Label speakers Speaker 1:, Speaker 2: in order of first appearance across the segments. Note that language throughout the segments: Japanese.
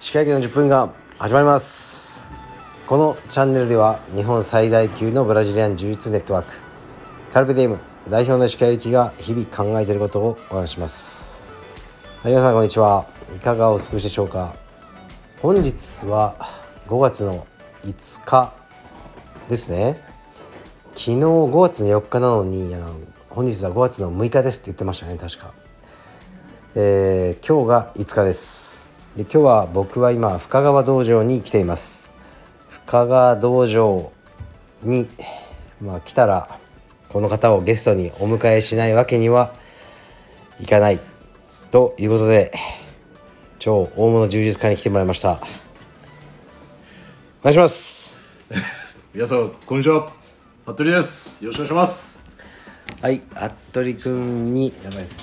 Speaker 1: 歯科医の10分間始まりますこのチャンネルでは日本最大級のブラジリアン柔術ネットワークカルペディウム代表の歯科医きが日々考えていることをお話ししますはい皆さんこんにちはいかがお過ごしでしょうか本日は5月の5日ですね昨日5月の4日なのにあの本日は5月の6日ですって言ってましたね確か、えー今日が5日ですで今日は僕は今深川道場に来ています深川道場に、まあ、来たらこの方をゲストにお迎えしないわけにはいかないということで超大物柔術家に来てもらいましたお願いします
Speaker 2: 皆さんこんにちは服部ですよろしくお願いします
Speaker 1: はい、服部君に、
Speaker 3: やばいです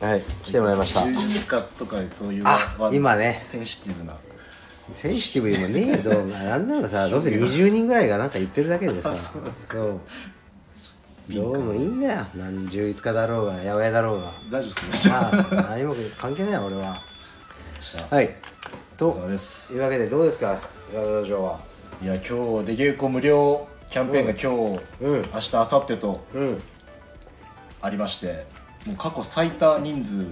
Speaker 1: はい、来てもらいました。
Speaker 3: 充実家とかそういう
Speaker 1: あ
Speaker 3: ワード
Speaker 1: 今ね
Speaker 3: センシティブな
Speaker 1: センシティブでもねえけど、まあなんなら さ、どうせ20人ぐらいがなんか言ってるだけでさ、そうどうもいいんだよ、何十五日だろうが、八百屋だろうが。
Speaker 3: 大丈夫ですね
Speaker 1: まあ、何も関係ないよ、俺は。はい。と
Speaker 3: そうです
Speaker 1: いうわけで、どうですか、ガードラジオは。
Speaker 3: いや今日出稽古無料キャンペーンが今日、
Speaker 1: うん
Speaker 3: 明日明後日と
Speaker 1: うん、
Speaker 3: ありましてもう過去最多人数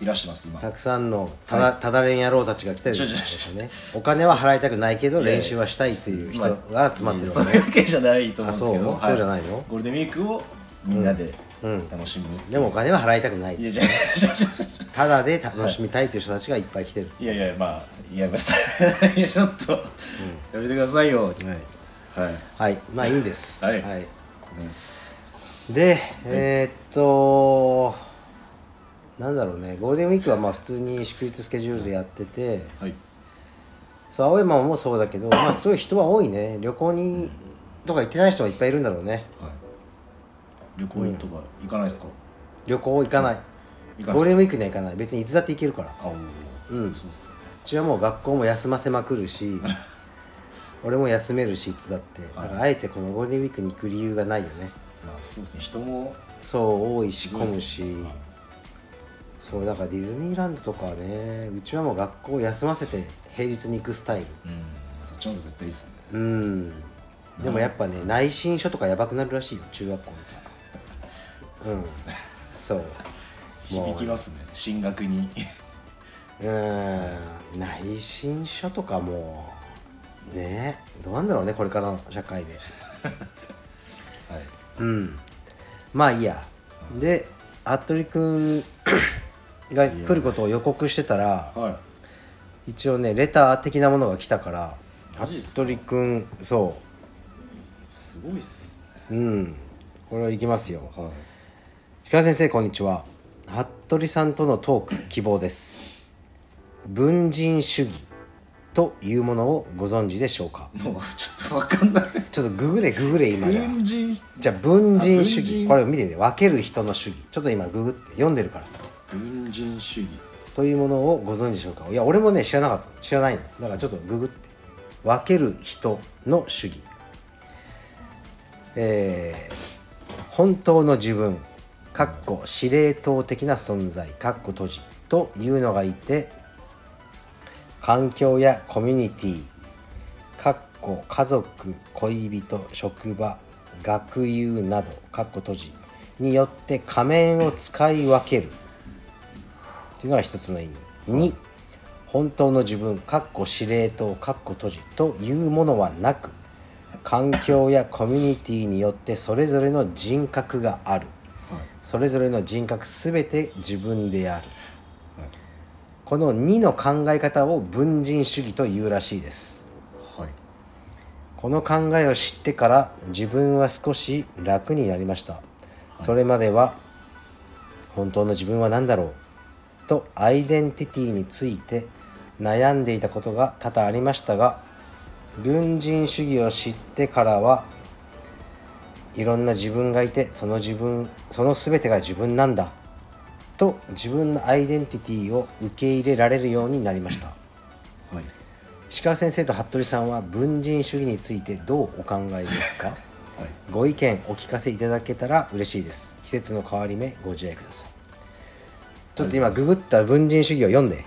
Speaker 3: いらしてます今
Speaker 1: たくさんのただ、ただ練野郎たちが来てるん
Speaker 3: ちょちょ
Speaker 1: ですよね。お金は払いたくないけど、
Speaker 3: いやいや
Speaker 1: 練習はしたいっていう人が集まってる
Speaker 3: そ
Speaker 1: わ
Speaker 3: うい
Speaker 1: ね
Speaker 3: うわ。けじゃないと思うんですけど
Speaker 1: あそうそうじゃないの
Speaker 3: ゴールデンウィークをみんなで
Speaker 1: うん
Speaker 3: 楽しむ、
Speaker 1: でもお金は払いたくない。
Speaker 3: いやじゃあじゃあじゃあじゃ
Speaker 1: ただで楽しみたいという人たちがいっぱい来てる、
Speaker 3: あいやいやまあいやまあいやちょっと、やめてくださいよはい
Speaker 1: はい
Speaker 3: ありがと
Speaker 1: まあいいんです
Speaker 3: はいうございます
Speaker 1: で、えーっとなんだろうねゴールデンウィークはまあ普通に祝日スケジュールでやってて、
Speaker 3: はい
Speaker 1: そう青山もそうだけどまあすごい人は多いね旅行にとか行ってない人がいっぱいいるんだろうね
Speaker 3: はい、旅行とか行かないですか、
Speaker 1: 旅行行かない
Speaker 3: 行かない
Speaker 1: ゴールデンウィークには行かない別にいつだって行けるから
Speaker 3: あおー
Speaker 1: うん
Speaker 3: そうっすよ
Speaker 1: うちはもう学校も休ませまくる し俺も休めるしいつだってだからあえてこのゴールデンウィークに行く理由がないよね
Speaker 3: まあそうですね人も
Speaker 1: そう多いし混むし、
Speaker 3: はい
Speaker 1: そうだからディズニーランドとかはねうちはもう学校休ませて平日に行くスタイ
Speaker 3: うんそっちの方が絶対いいっすね
Speaker 1: ルうんでもやっぱね内申書とかやばくなるらしいよ中学校とかうんそう
Speaker 3: 響きますね進学に
Speaker 1: うん内申書とかもうねどうなんだろうねこれからの社会で
Speaker 3: はい
Speaker 1: うんまあいいやで服部君が来ることを予告してたら
Speaker 3: はい
Speaker 1: 一応ねレター的なものが来たから
Speaker 3: マジっす
Speaker 1: 服部君そ
Speaker 3: すごいっす
Speaker 1: ううんこれはいきますよ
Speaker 3: はい
Speaker 1: 鹿先生こんにちは服部さんとのトーク希望です文人主義というものをご存知でしょうか
Speaker 3: もうちょっとわかん ない
Speaker 1: ちょっとググれググれ今じゃあ
Speaker 3: 軍人
Speaker 1: じゃあ文人主
Speaker 3: あ
Speaker 1: 義
Speaker 3: 文人
Speaker 1: これを見てて分ける人の主義ちょっと今ググって読んでるから
Speaker 3: 軍人主義
Speaker 1: というものをご存知でしょうかいや俺もね知らなかったの知らないのだからちょっとググって分ける人の主義えー本当の自分かっこ司令塔的な存在かっこ閉じというのがいて環境やコミュニティかっこ家族恋人職場学友などかっこ閉じによって仮面を使い分けるというのが一つの意味2本当の自分かっこ司令塔かっこ閉じというものはなく環境やコミュニティによってそれぞれの人格があるそれぞれの人格すべて自分であるこの2の考え方を文人主義というらしいです
Speaker 3: はい
Speaker 1: この考えを知ってから自分は少し楽になりましたそれまでは本当の自分は何だろうとアイデンティティについて悩んでいたことが多々ありましたが文人主義を知ってからはいろんな自分がいてその自分その全てが自分なんだと自分のアイデンティティを受け入れられるようになりました
Speaker 3: はい
Speaker 1: 鹿先生と服部さんは文人主義についてどうお考えですか
Speaker 3: はい
Speaker 1: ご意見お聞かせいただけたら嬉しいです季節の変わり目ご自愛くださいちょっと今ググった文人主義を読んで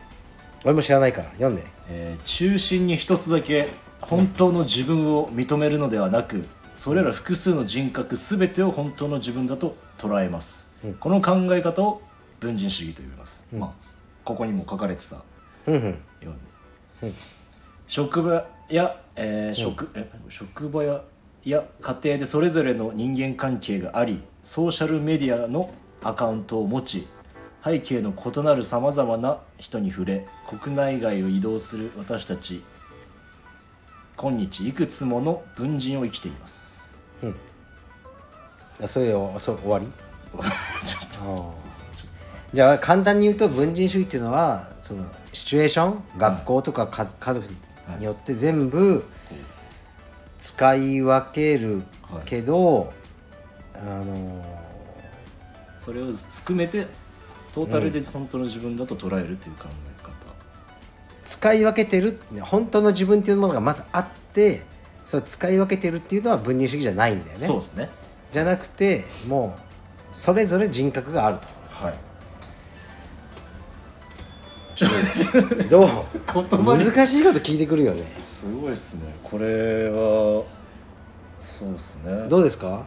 Speaker 1: 俺も知らないから読んで
Speaker 3: えー中心に一つだけ本当の自分を認めるのではなくそれら複数の人格全てを本当の自分だと捉えます、この考え方を文人主義と呼びます、まあここにも書かれてたよ
Speaker 1: うんうん
Speaker 3: うに、職場や、えー職え職場やや家庭でそれぞれの人間関係がありソーシャルメディアのアカウントを持ち背景の異なるさまざまな人に触れ国内外を移動する私たち今日いくつもの文人を生きています。
Speaker 1: あそれをそう終わり
Speaker 3: ちょっと
Speaker 1: じゃあ簡単に言うと文人主義っていうのはそのシチュエーション学校とか家,、家族によって全部使い分けるけど、あの
Speaker 3: それを含めてトータルで本当の自分だと捉えるという考え方、
Speaker 1: 使い分けてる本当の自分っていうものがまずあってそれを使い分けてるっていうのは文人主義じゃないんだよね
Speaker 3: そうですね
Speaker 1: じゃなくてもうそれぞれ人格があ る
Speaker 3: はい
Speaker 1: とど う
Speaker 3: 言葉で
Speaker 1: 難しいこと聞いてくるよね
Speaker 3: すごいですねこれはそうですね
Speaker 1: どうですか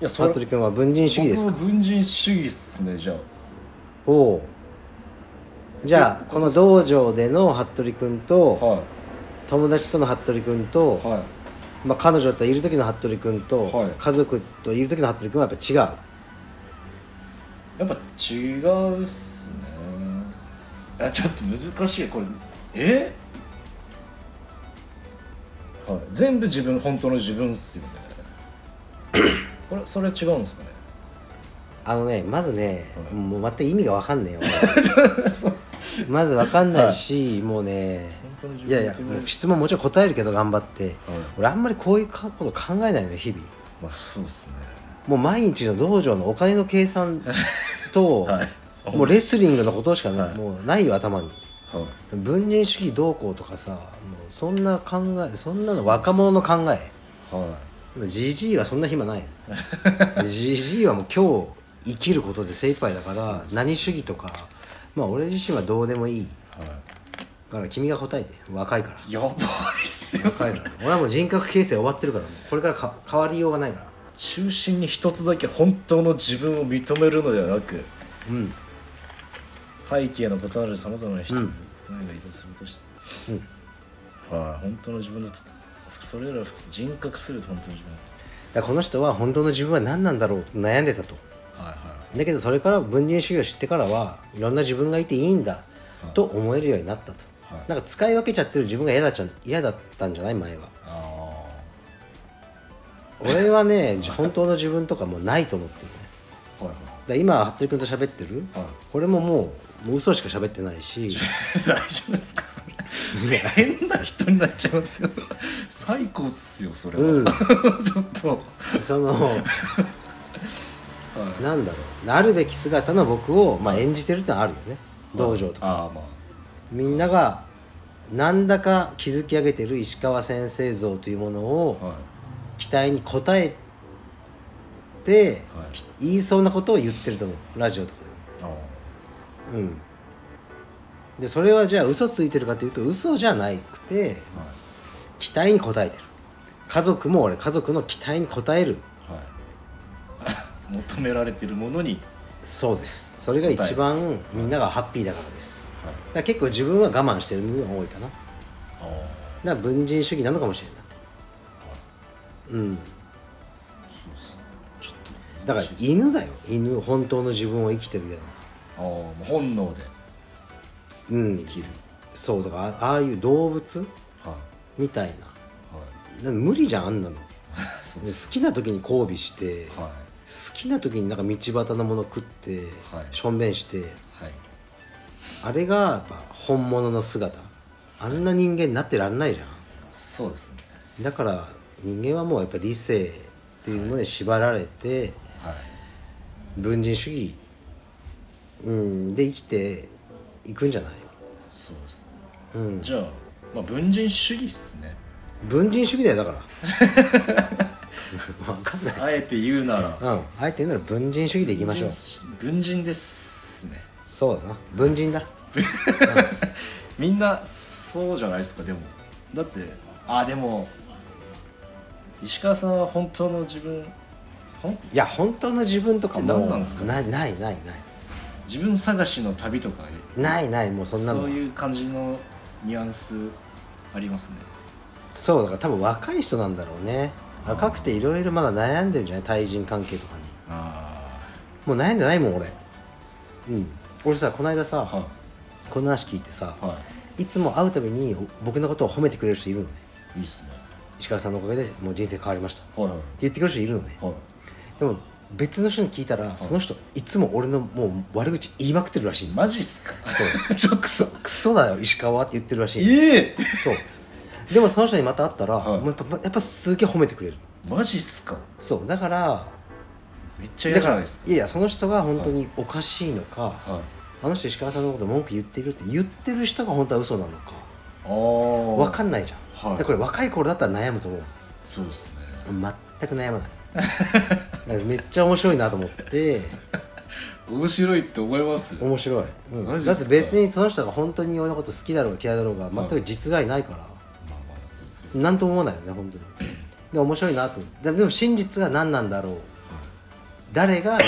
Speaker 3: いや
Speaker 1: 服部君は文人主義ですか
Speaker 3: 僕も文人主義っすねじゃあ
Speaker 1: おおじゃあこの道場での服部君と
Speaker 3: は
Speaker 1: 友達との服部君と、
Speaker 3: いはい
Speaker 1: まあ、彼女といる時の服部君と、
Speaker 3: はい
Speaker 1: 家族といる時の服部君はやっぱ違う
Speaker 3: やっぱ違うっすねあちょっと難しいこれえはい全部自分本当の自分っ すよねこれそれは違うんですかね
Speaker 1: あのねまずね、もう全く意味が分かんねえよ
Speaker 3: そう
Speaker 1: 俺まず分かんないし、もうね
Speaker 3: 当の自分
Speaker 1: いやいや
Speaker 3: っていうのは
Speaker 1: 質問もちろん答えるけど頑張って、俺あんまりこういうこと考えないのよ日々
Speaker 3: まあそうっすね
Speaker 1: もう毎日の道場のお金の計算と、
Speaker 3: はい
Speaker 1: もうレスリングのことしかね、
Speaker 3: はい
Speaker 1: もうないよ頭に
Speaker 3: はい
Speaker 1: 文人主義どうこうとかさもうそんな考えそんなの若者の考え
Speaker 3: は
Speaker 1: じじいはそんな暇ない じじいはもう今日生きることで精一杯だから何主義とかまあ俺自身はどうでもいい
Speaker 3: いは
Speaker 1: から君が答えて若いから
Speaker 3: いやばいっすよそ
Speaker 1: 若
Speaker 3: れ
Speaker 1: いから俺はもう人格形成終わってるからもうこれからか変わりようがないから
Speaker 3: 中心に一つだけ本当の自分を認めるのではなく
Speaker 1: うん
Speaker 3: 背景の異なるさまざまな人
Speaker 1: う
Speaker 3: に
Speaker 1: ん
Speaker 3: 何が移動するとして、はい本当の自分だとそれら人格すると本当の自分だ
Speaker 1: だからこの人は本当の自分は何なんだろうと悩んでたと
Speaker 3: とはいは
Speaker 1: だけどそれから文人主義を知ってからはいろんな自分がいていいんだと思えるようになったと、
Speaker 3: はい
Speaker 1: なんか使い分けちゃってる自分が嫌だっちゃ嫌だったんじゃない前は
Speaker 3: あ
Speaker 1: 俺はね本当の自分とかもうないと思ってるね
Speaker 3: あはいはい
Speaker 1: だから今服部君と喋ってる、
Speaker 3: はい
Speaker 1: これももうもう嘘しか喋ってないし
Speaker 3: 大丈夫ですかそれ変な人になっちゃいますよ最高っすよそれは、
Speaker 1: うん
Speaker 3: ちょっと
Speaker 1: その、なんだろうあるべき姿の僕を、まあ、演じてるってのはあるよね道場とか
Speaker 3: ああまあ
Speaker 1: みんながなんだか築き上げてる石川先生像というものを、
Speaker 3: はい
Speaker 1: 期待に応えて、
Speaker 3: はい
Speaker 1: き言いそうなことを言ってると思うラジオとか
Speaker 3: あ
Speaker 1: でもうんでそれはじゃあ嘘ついてるかというと嘘じゃなくて
Speaker 3: あは
Speaker 1: 期待に応えてる家族も俺家族の期待に応える
Speaker 3: いはい 求められてるものに
Speaker 1: そうですそれが一番みんながハッピーだからです
Speaker 3: はい
Speaker 1: だから結構自分は我慢してる部分が多いかなだか
Speaker 3: ああ
Speaker 1: ら文人主義なのかもしれないうん
Speaker 3: ちょっと
Speaker 1: だから犬だよ犬本当の自分を生きてるような
Speaker 3: ああもう本能で
Speaker 1: うん
Speaker 3: 生きる
Speaker 1: そうだからあああいう動物
Speaker 3: はい
Speaker 1: みたいな
Speaker 3: はい
Speaker 1: な無理じゃんあんなの
Speaker 3: そ
Speaker 1: で好きな時に交尾して、好
Speaker 3: は
Speaker 1: きな時になんか道端のもの食って、
Speaker 3: はい
Speaker 1: しょんべんして
Speaker 3: いはい
Speaker 1: あれがやっぱ本物の姿あんな人間になってらんないじゃん
Speaker 3: そうですね
Speaker 1: だから人間はもうやっぱ理性っていうもので縛られて
Speaker 3: はい
Speaker 1: 文人主義、うん、で生きていくんじゃない、
Speaker 3: そうですね
Speaker 1: うん、
Speaker 3: じゃあまあ文人主義っすね
Speaker 1: 文人主義だよだからわかんない
Speaker 3: あえて言うなら
Speaker 1: うんあえて言うなら文人主義でいきましょう
Speaker 3: 文人ですね
Speaker 1: そうだな文人だ
Speaker 3: みんなそうじゃないですかでもだってあでも石川さんは本当の自分ほん
Speaker 1: いや本当の自分とかも
Speaker 3: あ何なんですか
Speaker 1: ないないない
Speaker 3: 自分探しの旅とか
Speaker 1: ないないないもうそ
Speaker 3: そ
Speaker 1: んなの
Speaker 3: ういう感じのニュアンスありますね
Speaker 1: そうだから多分若い人なんだろうね若くていろいろまだ悩んでんじゃない対人関係とかに
Speaker 3: あ
Speaker 1: もう悩んでないもん俺うん俺さこの間さ
Speaker 3: あは
Speaker 1: この話聞いてさ
Speaker 3: いはい
Speaker 1: つも会うたびに僕のことを褒めてくれる人いるのね
Speaker 3: いいいっすね
Speaker 1: 石川さんのおかげでもう人生変わりましたって
Speaker 3: はいはい
Speaker 1: 言ってくれる人いるのね
Speaker 3: はい
Speaker 1: でも別の人に聞いたらその人いつも俺のもう悪口言いまくってるらしいの
Speaker 3: マジっすかそう ちょっとそ
Speaker 1: クソだよ石川はって言ってるらしいの
Speaker 3: ええ
Speaker 1: そうでもその人にまた会ったら、
Speaker 3: はい
Speaker 1: もうやっぱやっぱすげえ褒めてくれる
Speaker 3: マジっすか
Speaker 1: そうだから
Speaker 3: めっちゃ嫌
Speaker 1: だ
Speaker 3: じ
Speaker 1: から
Speaker 3: ゃない
Speaker 1: い
Speaker 3: ですか
Speaker 1: やいやその人が本当におかしいのか、
Speaker 3: はい
Speaker 1: あの人石川さんのこと文句言ってるって言ってる人が本当は嘘なのか
Speaker 3: ああ
Speaker 1: 分かんないじゃん、
Speaker 3: はい
Speaker 1: だからこれ若い頃だったら悩むと思う
Speaker 3: そうですね
Speaker 1: 全く悩まないだからめっちゃ面白いな と思って
Speaker 3: 面白いって思います
Speaker 1: 面白い、うん
Speaker 3: マジ
Speaker 1: だ
Speaker 3: っ
Speaker 1: っ
Speaker 3: す
Speaker 1: て
Speaker 3: か
Speaker 1: 別にその人が本当に俺のこと好きだろうが嫌いだろうが全く実害ないから、
Speaker 3: まあまあそう
Speaker 1: なんとも思わないよね本当にで面白いなと思ってででも真実が何なんだろう誰が
Speaker 3: はい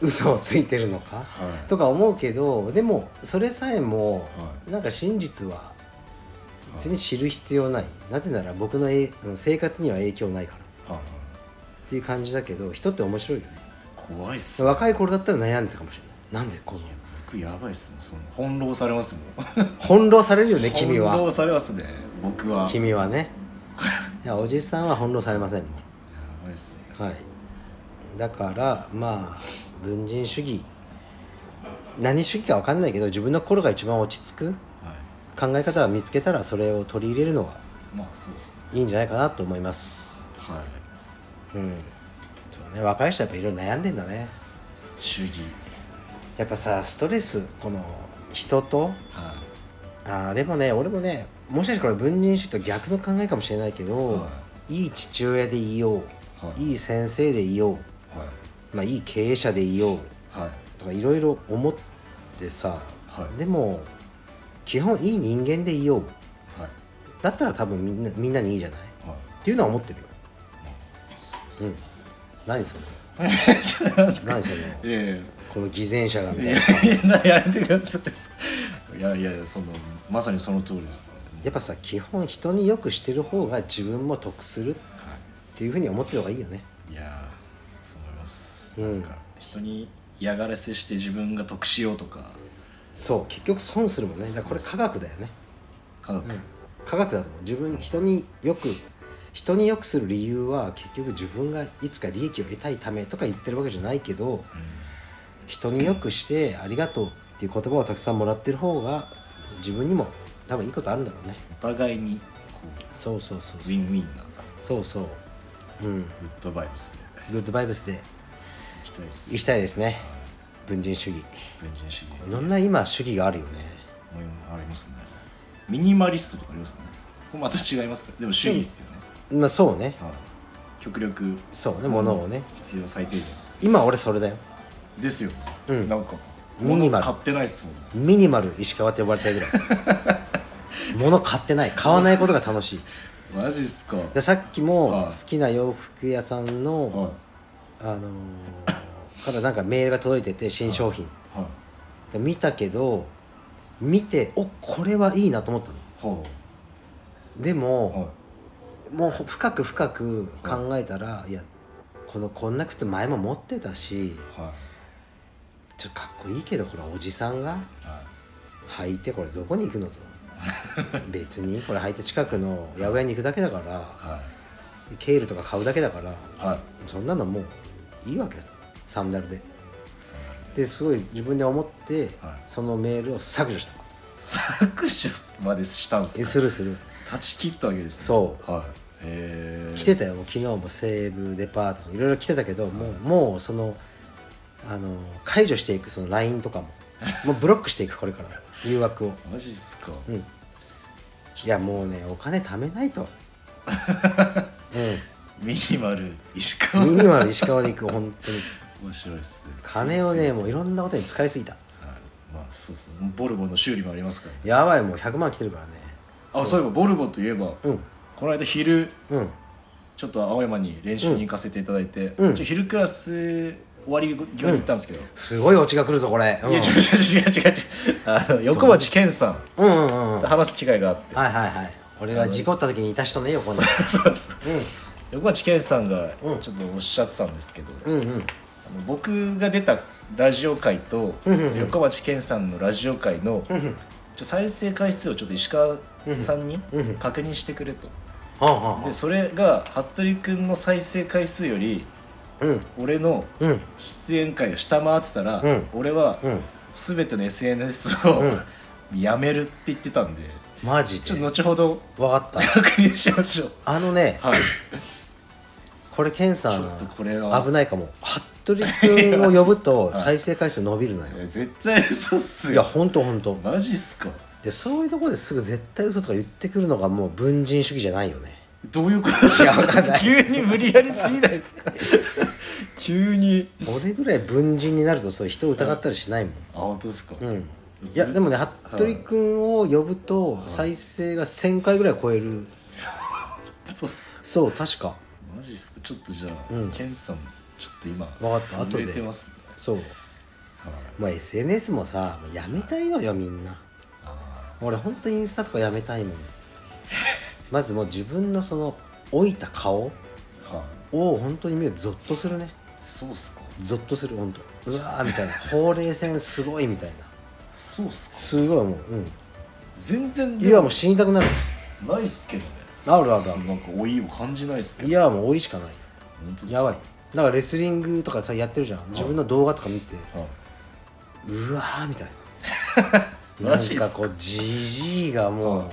Speaker 1: 嘘をついてるのか、
Speaker 3: はい
Speaker 1: とか思うけどでもそれさえも、
Speaker 3: は
Speaker 1: なんか真実は別に知る必要ない、なぜなら僕のえうん生活には影響ないから
Speaker 3: はいはい
Speaker 1: っていう感じだけど人って面白いよね
Speaker 3: 怖いっすね
Speaker 1: 若い頃だったら悩んでたかもしれないなんでこの
Speaker 3: 僕やばいっすねその翻弄されますもん
Speaker 1: 翻弄されるよね君
Speaker 3: 翻
Speaker 1: は
Speaker 3: 弄されますね僕はや
Speaker 1: 君はねいやおじさんは翻弄されませんもん
Speaker 3: ばいっすね
Speaker 1: はいだからまあ文人主義何主義か分かんないけど自分の心が一番落ち着く
Speaker 3: はい
Speaker 1: 考え方を見つけたらそれを取り入れるのが
Speaker 3: まあそうですね
Speaker 1: いいんじゃないかなと思います
Speaker 3: はい
Speaker 1: うんそうね若い人はやっぱいろいろ悩んでんだね
Speaker 3: 主義
Speaker 1: やっぱさストレスこの人と
Speaker 3: は
Speaker 1: あーでもね俺もねもしかしたらこれ文人主義と逆の考えかもしれないけど、、
Speaker 3: はい
Speaker 1: い父親でいよう、、
Speaker 3: はい
Speaker 1: い先生でいよう
Speaker 3: いはい
Speaker 1: まあ、いい経営者でいよう
Speaker 3: はい
Speaker 1: とかいろいろ思ってさ、
Speaker 3: はい
Speaker 1: でも基本いい人間でいよう
Speaker 3: はい
Speaker 1: だったら多分みんなみんなにいいじゃない
Speaker 3: はい
Speaker 1: っていうのは思ってるようん何その何その
Speaker 3: いやいや
Speaker 1: この偽善者がみたい
Speaker 3: い
Speaker 1: な
Speaker 3: やいややめてくださいいやいやいやそのまさにその通りです
Speaker 1: やっぱさ基本人によくしてる方が自分も得するっていうふうに思ってる方がいいよね
Speaker 3: いやーそう思います、
Speaker 1: うん
Speaker 3: なんか人に嫌がらせして自分が得しようとか
Speaker 1: そう結局損するもんねだからこれ科学だよね
Speaker 3: 科学、
Speaker 1: 科学だと思う自分人によく人によくする理由は結局自分がいつか利益を得たいためとか言ってるわけじゃないけど人によくしてありがとうっていう言葉をたくさんもらってる方が自分にも多分いいことあるんだろうね
Speaker 3: お互いにこ
Speaker 1: そうそうそう
Speaker 3: うウィンウィンな
Speaker 1: そうそううん
Speaker 3: グッドバイブスで
Speaker 1: グッドバイブスで
Speaker 3: いきたいです
Speaker 1: 行きたいですね文人主義
Speaker 3: 文人主義
Speaker 1: いろんな今主義があるよね
Speaker 3: もうありますねミニマリストとかありますねこれまた違いますかでも主義ですよね、
Speaker 1: まあそうね
Speaker 3: はい、極力
Speaker 1: そうね物をね
Speaker 3: 必要最低限
Speaker 1: 今俺それだよ
Speaker 3: ですよ、
Speaker 1: うん
Speaker 3: なんか
Speaker 1: ミニマル
Speaker 3: 物買ってないですもんね
Speaker 1: ミニマル石川って呼ばれたいぐらい 物買ってない買わないことが楽しい
Speaker 3: マジっすか
Speaker 1: でさっきも
Speaker 3: はい
Speaker 1: 好きな洋服屋さんの、
Speaker 3: は
Speaker 1: あのーからなんかメールが届いてて新商品、
Speaker 3: いはい
Speaker 1: で見たけど見ておこれはいいなと思ったの
Speaker 3: は
Speaker 1: でも、
Speaker 3: いはい
Speaker 1: もう深く深く考えたら、い、やこのこんな靴前も持ってたし
Speaker 3: はい
Speaker 1: ちょっとかっこいいけどこれおじさんが
Speaker 3: はい
Speaker 1: 履いてこれどこに行くのと 別にこれ履いて近くの八百屋に行くだけだから
Speaker 3: は
Speaker 1: ケールとか買うだけだから
Speaker 3: いはい
Speaker 1: そんなのもういいわけサンダルでですごい自分で思って、
Speaker 3: はい
Speaker 1: そのメールを削除した
Speaker 3: 削除までしたんす
Speaker 1: え
Speaker 3: か
Speaker 1: するする
Speaker 3: 断ち切ったわけです、ね、
Speaker 1: そう
Speaker 3: はいへえ
Speaker 1: 来てたよもう昨日も西武デパートとかいろいろ来てたけどもうもうそのあの解除していくその LINE とかももうブロックしていくこれから誘惑を
Speaker 3: マジっすか、
Speaker 1: うんい やもうねお金貯めないとうん
Speaker 3: ミニマル石川
Speaker 1: ミニマル石川で行く本当に
Speaker 3: 面白いですね
Speaker 1: 金をねもういろんなことに使いすぎた
Speaker 3: まあそうですねボルボの修理もありますからね
Speaker 1: やばいもう100万来てるからね
Speaker 3: あそういえばボルボといえば、
Speaker 1: うん
Speaker 3: この間昼
Speaker 1: うん
Speaker 3: ちょっと青山に練習に行かせていただいて、
Speaker 1: うん
Speaker 3: ちょ昼クラス終わり際に行ったんですけど、
Speaker 1: すごいオチが来るぞこれうん
Speaker 3: いや違う違う違う違う違うあの横町健さん
Speaker 1: うんうんうん
Speaker 3: と話す機会があって、
Speaker 1: はいはいはい俺は事故った時にいた人ね横に
Speaker 3: そうそう横町健さんが
Speaker 1: うん
Speaker 3: ちょっとおっしゃってたんですけど、
Speaker 1: うんうんうん
Speaker 3: あの僕が出たラジオ回と、その横町健さんのラジオ回の、ちょ再生回数をちょっと石川さんに確認してくれと、
Speaker 1: はんはん
Speaker 3: でそれが服部君の再生回数より
Speaker 1: うん
Speaker 3: 俺の
Speaker 1: うん
Speaker 3: 出演回を下回ってたら、
Speaker 1: うん
Speaker 3: 俺は
Speaker 1: うん
Speaker 3: 全ての SNS を、やめるって言ってたんで
Speaker 1: マジ
Speaker 3: ちょっ
Speaker 1: で
Speaker 3: と後ほど
Speaker 1: 分かった
Speaker 3: 確認しましょう
Speaker 1: あのね
Speaker 3: はい
Speaker 1: これケンさん
Speaker 3: ちょっとこれは
Speaker 1: 危ないかも服部君を呼ぶ と再生回数伸びるのよ
Speaker 3: 絶対嘘っす
Speaker 1: いや
Speaker 3: よ
Speaker 1: ほんとほんと
Speaker 3: マジっすか
Speaker 1: でそういうところですぐ絶対嘘とか言ってくるのがもう文人主義じゃないよね
Speaker 3: どういうこと
Speaker 1: いやわかんない
Speaker 3: 急に無理やりすぎないですか急に
Speaker 1: 俺ぐらい文人になるとそういう人を疑ったりしないもん
Speaker 3: あ本当ですか、
Speaker 1: うんいやでもね服部君を呼ぶと再生が1000回ぐらい超える
Speaker 3: 本当っす
Speaker 1: そう確か
Speaker 3: マジっすかちょっとじゃあ、
Speaker 1: うん
Speaker 3: ケンさんちょっと今
Speaker 1: わかった後で
Speaker 3: 震えてますね
Speaker 1: そうまあ SNS もさもうやめたいのよみんな俺ほんとインスタとかやめたい もんまずもう自分のその老いた顔
Speaker 3: はい、
Speaker 1: を本当に見るとゾッとするね
Speaker 3: そうっすか
Speaker 1: ゾッとする本当うわーみたいな ほうれい線すごいみたいな
Speaker 3: そうっすか
Speaker 1: すごいもううん
Speaker 3: 全然
Speaker 1: いやもう死にたくなる
Speaker 3: ないっすけどね
Speaker 1: あるあるあ
Speaker 3: なんか老いを感じないっすけ
Speaker 1: るい
Speaker 3: ど
Speaker 1: やもう老いしかない
Speaker 3: 本当っすか
Speaker 1: やばいだからレスリングとかさやってるじゃん自分の動画とか見て
Speaker 3: はいう
Speaker 1: わーみたいなな
Speaker 3: マ
Speaker 1: ん
Speaker 3: ジっすか
Speaker 1: かこうじじいがもう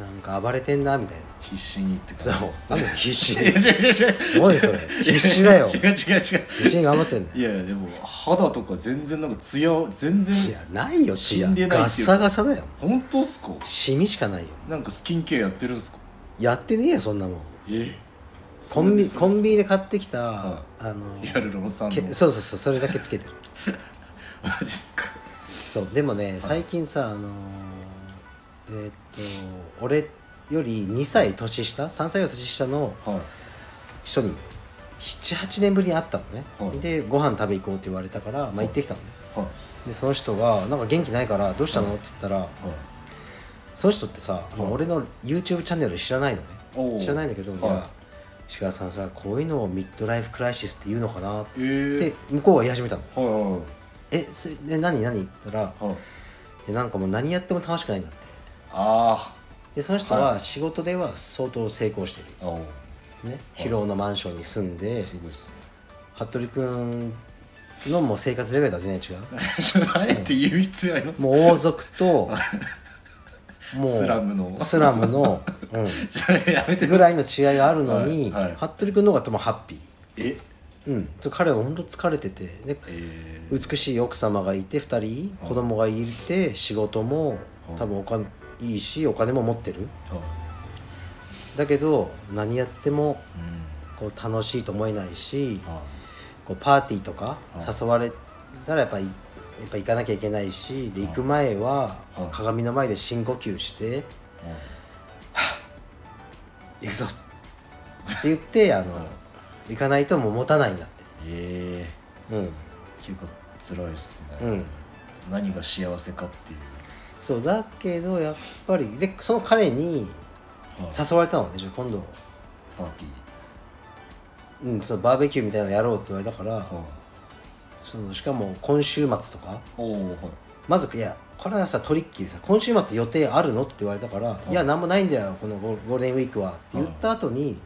Speaker 1: なんか暴れてんなみたいな
Speaker 3: 必死に言ってく
Speaker 1: そう
Speaker 3: だ
Speaker 1: な
Speaker 3: さい
Speaker 1: んで必死
Speaker 3: いや
Speaker 1: で
Speaker 3: 違う違う違う
Speaker 1: 何 それ必死だよ
Speaker 3: 違う
Speaker 1: 必
Speaker 3: 違う違う
Speaker 1: 死に頑張ってんだ
Speaker 3: い
Speaker 1: よ
Speaker 3: やいやでも肌とか全然なんかツヤ全然
Speaker 1: いやないよ血や
Speaker 3: 死んでないっていうか
Speaker 1: ガッサガサだよ
Speaker 3: 本当っすか
Speaker 1: シミしかないよ
Speaker 3: なんかスキンケアやってるんすか
Speaker 1: やってねえよそんなもん
Speaker 3: え
Speaker 1: コンビ
Speaker 3: そうです
Speaker 1: コンビニで買ってきた、
Speaker 3: は
Speaker 1: あの
Speaker 3: ヒアルロン酸の
Speaker 1: けそうそうそうそれだけつけてる
Speaker 3: マジっすか
Speaker 1: そうでもね最近さあのーえーっと俺より2歳年下3歳より年下の
Speaker 3: はい
Speaker 1: 人に78年ぶりに会ったのね、
Speaker 3: はい
Speaker 1: でご飯食べ行こうって言われたから、まあ、行ってきたのね
Speaker 3: はい
Speaker 1: でその人が「なんか元気ないからどうしたの?」って言ったら、
Speaker 3: はい
Speaker 1: その人ってさ、あの俺の YouTube チャンネル知らないの
Speaker 3: おう
Speaker 1: ね知らないんだけど、
Speaker 3: はい
Speaker 1: いや石川さんさこういうのをミッドライフクライシスって言うのかなって
Speaker 3: えー、
Speaker 1: 向こうが言い始めたの
Speaker 3: はいは
Speaker 1: 「えそれで何何?」って言ったら
Speaker 3: いはい
Speaker 1: 「えなんかもう何やっても楽しくないんだ」って
Speaker 3: あ
Speaker 1: でその人は仕事では相当成功して
Speaker 3: ーあお
Speaker 1: る、ね、疲労のマンションに住んで、
Speaker 3: すごいっすね
Speaker 1: 服部君のもう生活レベルとは全然違 う
Speaker 3: ちょっとあえて言う必要あります
Speaker 1: もう王族ともう
Speaker 3: スラムの
Speaker 1: スラムの、う
Speaker 3: じゃあやめて
Speaker 1: ん、ぐらいの違いがあるのに、
Speaker 3: はいはい
Speaker 1: 服部君の方がともハッピ
Speaker 3: え
Speaker 1: ー、うん、そう彼は本当疲れててで
Speaker 3: え
Speaker 1: 美しい奥様がいて2人子供がいて仕事も多分お金いいしお金も持ってる
Speaker 3: ー、はい
Speaker 1: だけど何やっても
Speaker 3: うん
Speaker 1: こう楽しいと思えないし
Speaker 3: は
Speaker 1: こうパーティーとか
Speaker 3: はい
Speaker 1: 誘われたらやっぱりやっぱ行かなきゃいけないしで行く前は
Speaker 3: はい
Speaker 1: 鏡の前で深呼吸して
Speaker 3: いはい
Speaker 1: 「行くぞ!」って言ってあの行かないともう持たないんだって
Speaker 3: え
Speaker 1: うん
Speaker 3: え結構辛いっすね、
Speaker 1: うん
Speaker 3: 何が幸せかっていう、
Speaker 1: そうだけどやっぱりでその彼に
Speaker 3: はい
Speaker 1: 誘われたのでじゃあ今度、
Speaker 3: パーティ
Speaker 1: うん、そのバーベキューみたいなのやろうって言われたから
Speaker 3: ー、はい
Speaker 1: そのしかも今週末とか
Speaker 3: おおはい
Speaker 1: まずいやこれはさトリッキーでさ今週末予定あるのって言われたから、い、や何もないんだよこのゴゴールデンウィークはって言った後に、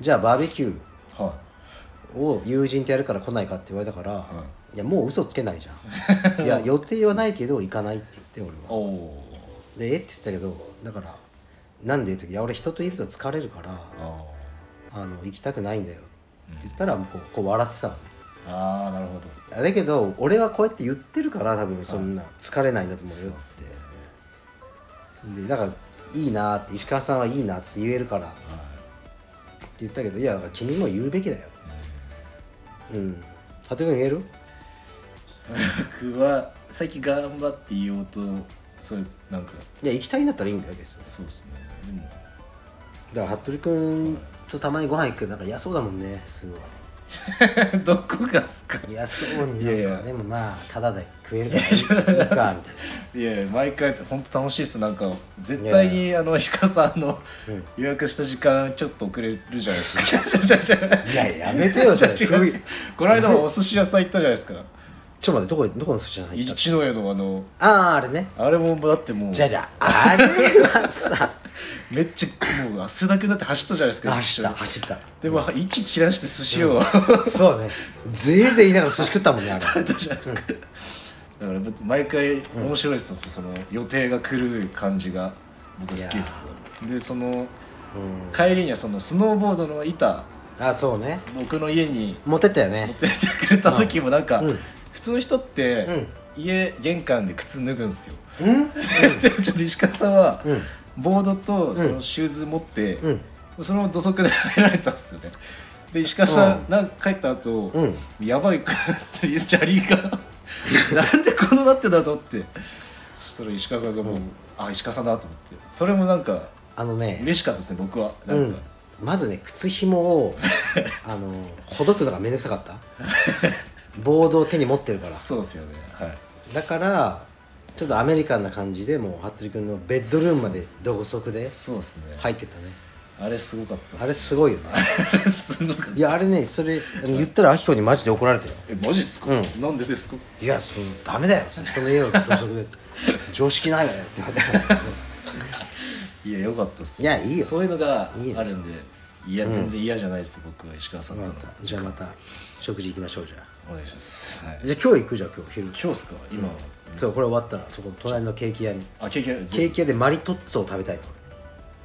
Speaker 1: じゃあバーベキュ
Speaker 3: は
Speaker 1: ーを友人とやるから来ないかって言われたから、、
Speaker 3: はい
Speaker 1: やもう嘘つけないじゃ んいや予定はないけど行かないって言って
Speaker 3: い
Speaker 1: 俺は
Speaker 3: おお
Speaker 1: でえって言ってたけどだからなんでって言ったらいや俺人といると疲れるから
Speaker 3: あ
Speaker 1: あの行きたくないんだよって言ったらもうこうこう笑ってたのね
Speaker 3: ーあーなるほど
Speaker 1: だけど俺はこうやって言ってるから多分そんな疲れないんだと思うよって、でだからいいなーって石川さんはいいなって言えるからって
Speaker 3: は
Speaker 1: 言ったけどいやだから君も言うべきだようん服部君言える
Speaker 3: 僕は最近頑張って言おうとそういうなんか
Speaker 1: いや行きたいんだったらいいんだよ別に
Speaker 3: そうですねでも
Speaker 1: だから服部君とたまにご飯行くけどなんか嫌そうだもんねすごい
Speaker 3: どこがっすか
Speaker 1: 嫌そうになんか
Speaker 3: いやいや
Speaker 1: でもまあただで食えるからいいかみたいない
Speaker 3: や毎回本当楽しいっすなんか絶対にあの石川さんの、予約した時間ちょっと遅れるじゃないですか違う違う違 う
Speaker 1: いややめてよじゃあ
Speaker 3: 違う違う
Speaker 1: ふい
Speaker 3: この間もお寿司屋さん行ったじゃないです か
Speaker 1: ちょっと待ってどこどこの寿司屋さん行った
Speaker 3: 一之江のあの
Speaker 1: ああーあれね
Speaker 3: あれもだってもう
Speaker 1: じゃあじゃああれはさ
Speaker 3: めっちゃもう汗だくになって走ったじゃないですか
Speaker 1: 走っ
Speaker 3: 一緒
Speaker 1: た
Speaker 3: に
Speaker 1: 走った
Speaker 3: でも息切らして寿司を、
Speaker 1: そうねぜいぜい言いながら寿司食ったもんねあれ
Speaker 3: あったじゃないですか、だから毎回面白いですよ、その予定が狂う感じが僕好きですよでその帰りにはそのスノーボードの板
Speaker 1: あそうね
Speaker 3: 僕の家に
Speaker 1: モテたよ
Speaker 3: 持っ
Speaker 1: ね
Speaker 3: てってくれた時もなんか、
Speaker 1: うん
Speaker 3: 普通の人って、
Speaker 1: うん
Speaker 3: 家玄関で靴脱ぐんですよ、
Speaker 1: うん
Speaker 3: でちょっと石川さんは、
Speaker 1: うん
Speaker 3: ボードとそのシューズ持って、
Speaker 1: うん
Speaker 3: その土足で入られたんですよねで石川さん、なんか帰った後、
Speaker 1: うん
Speaker 3: やばいかって砂利が なんでこのなってんだと思ってそしたら石川さんがもう、あ石川さんだと思ってそれもなんか
Speaker 1: あのね
Speaker 3: 嬉しかったですね僕はな
Speaker 1: うんん
Speaker 3: か、
Speaker 1: まずね靴紐をあのほどくのがめんどくさかったボードを手に持ってるから
Speaker 3: そうですよねはい
Speaker 1: だからちょっとアメリカンな感じでもう服部君のベッドルームまで同足で
Speaker 3: そうですね、
Speaker 1: 入ってったね
Speaker 3: あれすごかったっす
Speaker 1: あれすごいよね
Speaker 3: あれすごかった
Speaker 1: いやあれねそれあの言ったらアキコにマジで怒られたよ
Speaker 3: えマジっすか、
Speaker 1: う
Speaker 3: なんでですか
Speaker 1: いやそのダメだよ人の家を土足で常識ないわよって言われたから
Speaker 3: いやよかったっす
Speaker 1: いやいいよ
Speaker 3: そういうのがあ
Speaker 1: いいです
Speaker 3: るんでいや全然嫌じゃないです、僕は石川さんと
Speaker 1: ま
Speaker 3: の
Speaker 1: た じゃあまた食事行きましょうじゃあ
Speaker 3: お願いします、はい、
Speaker 1: じゃあ今日行くじゃん今日昼
Speaker 3: 今日っすか今、
Speaker 1: そうこれ終わったらそこの隣のケーキ屋に
Speaker 3: あ経験
Speaker 1: ケーキ屋でマリトッツォを食べたい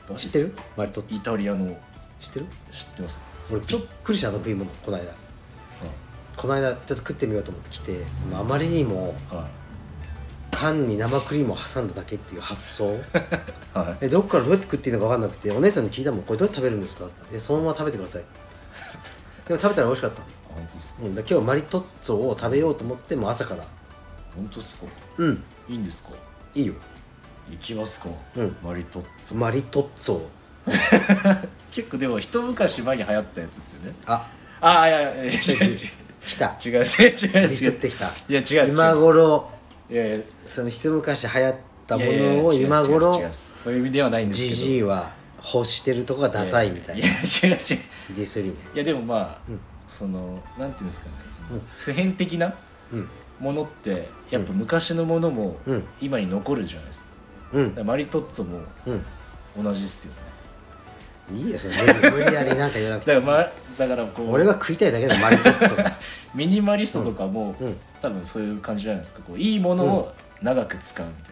Speaker 1: と
Speaker 3: マジ
Speaker 1: 知
Speaker 3: っ
Speaker 1: って
Speaker 3: す
Speaker 1: る
Speaker 3: か
Speaker 1: マリトッツ
Speaker 3: イ
Speaker 1: ォ
Speaker 3: タリアの
Speaker 1: 知ってる
Speaker 3: 知ってます
Speaker 1: 俺びっくりしたあの食い物この間この間ちょっと食ってみようと思って来てそのあまりにも
Speaker 3: は
Speaker 1: パンに生クリームを挟んだだけっていう発 想
Speaker 3: いはい
Speaker 1: えどっからどうやって食っていいのか分かんなくてお姉さんに聞いたもんこれどうやって食べるんですかって言ったらいやそのまま食べてくださいってでも食べたら美味しかった
Speaker 3: あ本当ですか
Speaker 1: うん、だから今日マリトッツォを食べようと思ってもう朝から
Speaker 3: 本当ですか
Speaker 1: うん
Speaker 3: いいんですか
Speaker 1: いいよ
Speaker 3: 行きますか、
Speaker 1: うん
Speaker 3: マリトッツォ
Speaker 1: マリトッツォ
Speaker 3: 結構でも一昔前に流行ったやつですよね
Speaker 1: あ
Speaker 3: ああいやいやいや違う違う
Speaker 1: 来た
Speaker 3: 違う違う違
Speaker 1: デ
Speaker 3: う
Speaker 1: ィスってきた
Speaker 3: いや違う違う
Speaker 1: 今頃
Speaker 3: いやいや
Speaker 1: その一昔流行ったも
Speaker 3: いやいや
Speaker 1: のを
Speaker 3: 違う
Speaker 1: 今
Speaker 3: 違う違
Speaker 1: 頃
Speaker 3: うそういう意味ではないんですけど
Speaker 1: ジジイは欲してるとこがダサいみたい
Speaker 3: い
Speaker 1: な
Speaker 3: や違う違う
Speaker 1: ディスりね
Speaker 3: いやでもまあ、そのなんていうんですかねその普遍的な
Speaker 1: うん
Speaker 3: ものってやっぱ昔のものも
Speaker 1: うん
Speaker 3: 今に残るじゃないですか,、
Speaker 1: う
Speaker 3: だか
Speaker 1: ん
Speaker 3: らマリトッツォも
Speaker 1: うん
Speaker 3: 同じっすよね
Speaker 1: いいよそれ無理無理やりなんか言わなくて
Speaker 3: だから,、まあ、だからこう
Speaker 1: 俺は食いたいだけだマリトッツ ォ
Speaker 3: ミニマリストとかも、
Speaker 1: うんうん
Speaker 3: 多分そういう感じじゃないですかこういいものを長く使うみたいな、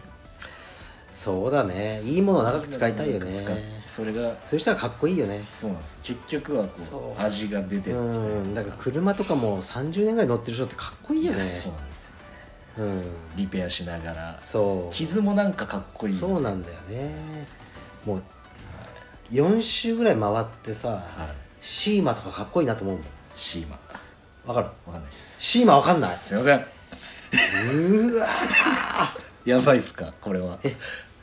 Speaker 1: そうだねいいものを長く使いたいよね
Speaker 3: 長く使うそれが
Speaker 1: そうしたらかっこいいよね
Speaker 3: そうなんです結局はこ
Speaker 1: そう
Speaker 3: う味が出てる、
Speaker 1: うんだから車とかも30年ぐらい乗ってる人ってかっこいいよね
Speaker 3: そうなんですよ
Speaker 1: うん
Speaker 3: リペアしながら
Speaker 1: そう
Speaker 3: 傷もなんかかっこいい
Speaker 1: そうなんだよねもう4周ぐらい回ってさ、
Speaker 3: い
Speaker 1: シーマとかかっこいいなと思うもん
Speaker 3: シーマ
Speaker 1: わかる
Speaker 3: わかんないです
Speaker 1: シーマわかんない
Speaker 3: すいません
Speaker 1: うわ
Speaker 3: やばいっすかこれは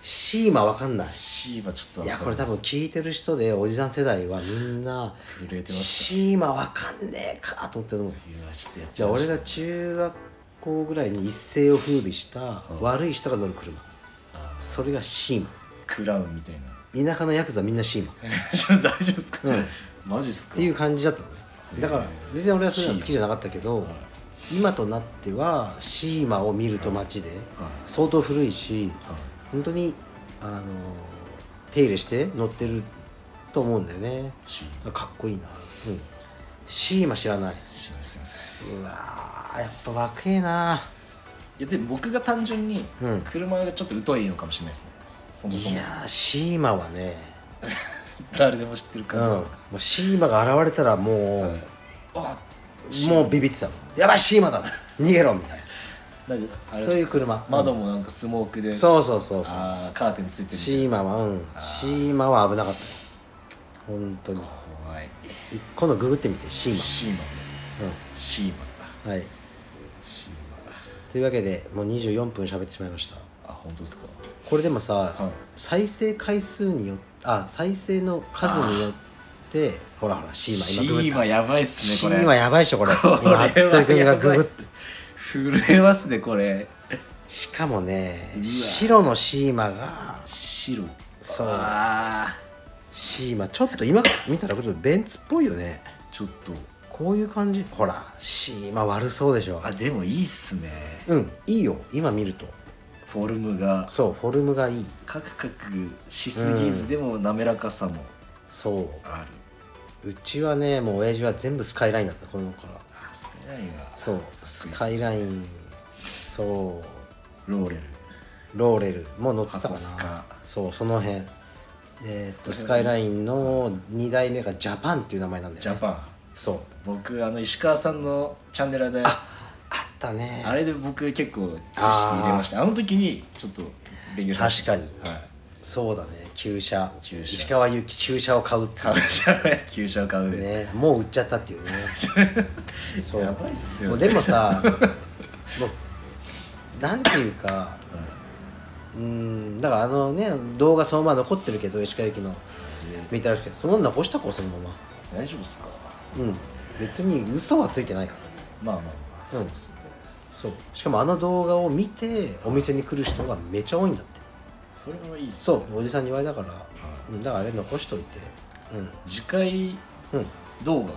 Speaker 1: シーマわかんない
Speaker 3: シーマちょっ
Speaker 1: い
Speaker 3: とわ
Speaker 1: や
Speaker 3: か
Speaker 1: これ
Speaker 3: んな
Speaker 1: 多分聞いてる人でおじさん世代はみんな
Speaker 3: 震えてます
Speaker 1: シーマわかんねえかと思ってると思うよ
Speaker 3: いやちょっとやっち
Speaker 1: じ
Speaker 3: ゃ
Speaker 1: ゃあ
Speaker 3: いまし
Speaker 1: 俺
Speaker 3: た
Speaker 1: が中学校ぐらいに一世を風靡した悪い人が乗る車
Speaker 3: あ
Speaker 1: それがシーマ
Speaker 3: クラウンみたいな
Speaker 1: 田舎のヤクザみんなシーマっ
Speaker 3: ちょっと大丈夫っすか、マジっすか
Speaker 1: ていう感じだったのねだから別に俺はそれは好きじゃなかったけど今となってはシーマを見ると街で相当古いし
Speaker 3: はい
Speaker 1: 本当にあの手入れして乗ってると思うんだよね
Speaker 3: シー
Speaker 1: かっこいいな、うん、シーマ知らない
Speaker 3: マシーマすいません
Speaker 1: うわーやっぱ若えない
Speaker 3: やでも僕が単純に
Speaker 1: うん
Speaker 3: 車がちょっと疎いのかもしれないですね、そもそ
Speaker 1: い
Speaker 3: も
Speaker 1: やーシーマはね
Speaker 3: 誰でも知ってる
Speaker 1: うん
Speaker 3: 感じ
Speaker 1: もうシーマが現れたらもう、
Speaker 3: です、あ
Speaker 1: もうビビってたもんやばいシーマだ逃げろみたい
Speaker 3: なんかあ
Speaker 1: な
Speaker 3: れ
Speaker 1: そういう車
Speaker 3: 窓もなんかスモークで、
Speaker 1: うんそうそうそうそう
Speaker 3: あーカーテンついてる
Speaker 1: シーマはうんシーマは危なかったよ本当に
Speaker 3: 怖はい
Speaker 1: 今度ググってみてシー
Speaker 3: シーマン
Speaker 1: マン、
Speaker 3: シー
Speaker 1: う
Speaker 3: マン
Speaker 1: ん、はい
Speaker 3: シー
Speaker 1: というわけでもう24分喋ってしまいました
Speaker 3: マンあ本当ですか
Speaker 1: これでもさ、
Speaker 3: い
Speaker 1: 再生回数によっあ再生の数によってほらほらシーマ
Speaker 3: シ
Speaker 1: ン今ググっ
Speaker 3: ー
Speaker 1: た
Speaker 3: マンやばいっす
Speaker 1: シ
Speaker 3: ねこれ
Speaker 1: ーマンやばいっしょこれ
Speaker 3: これは
Speaker 1: 今服部君がグ
Speaker 3: や
Speaker 1: グ
Speaker 3: ばい
Speaker 1: っ
Speaker 3: っす震えますねこれ
Speaker 1: しかもね白のシーマが
Speaker 3: 白
Speaker 1: そう
Speaker 3: あ
Speaker 1: シーマちょっと今見たらちょっとベンツっぽいよね
Speaker 3: ーちょっと
Speaker 1: こういう感じほらシーマ悪そうでしょ
Speaker 3: あでもいいっすね
Speaker 1: うんいいよ今見ると
Speaker 3: フォルムが
Speaker 1: そうフォルムがいい
Speaker 3: カクカクしすぎず、でも滑らかさも
Speaker 1: そ
Speaker 3: ある
Speaker 1: ううちはねもう親父は全部スカイラインだったこの頃から
Speaker 3: あ少ないわ
Speaker 1: そうスカイラインそう
Speaker 3: ローレル
Speaker 1: ローレルも乗ってたか
Speaker 3: 箱
Speaker 1: な
Speaker 3: スカ
Speaker 1: そうその辺えーっとスカイラインの2代目がジャパンっていう名前なんだ
Speaker 3: ジ
Speaker 1: よ
Speaker 3: ャ
Speaker 1: ね
Speaker 3: パン
Speaker 1: そう
Speaker 3: 僕あの石川さんのチャンネルであ
Speaker 1: あったね
Speaker 3: れで僕結構知識入れましたあの時にちょっと勉強しまし
Speaker 1: 確
Speaker 3: た
Speaker 1: かに
Speaker 3: はい
Speaker 1: そうだね旧車
Speaker 3: 旧車
Speaker 1: 石川祐希旧車を買うってい
Speaker 3: 買うじゃない旧車を買う
Speaker 1: う
Speaker 3: で、
Speaker 1: ねもう売っちゃったって いうねそう
Speaker 3: やばいっすよね
Speaker 1: もうでもさ もうなんていうかうんだからあのね動画そのまま残ってるけど石川祐希の見たらしくてその残したこそのまま
Speaker 3: 大丈夫っすか
Speaker 1: うん別に嘘はついてないから
Speaker 3: まあまあまあ
Speaker 1: うん
Speaker 3: そうっすね
Speaker 1: そうしかもあの動画を見てお店に来る人がめちゃ多いんだって
Speaker 3: それはいいっす
Speaker 1: そうおじさんに言われたから、うん、だからあれ残しといて
Speaker 3: 次回
Speaker 1: うんうん
Speaker 3: 動画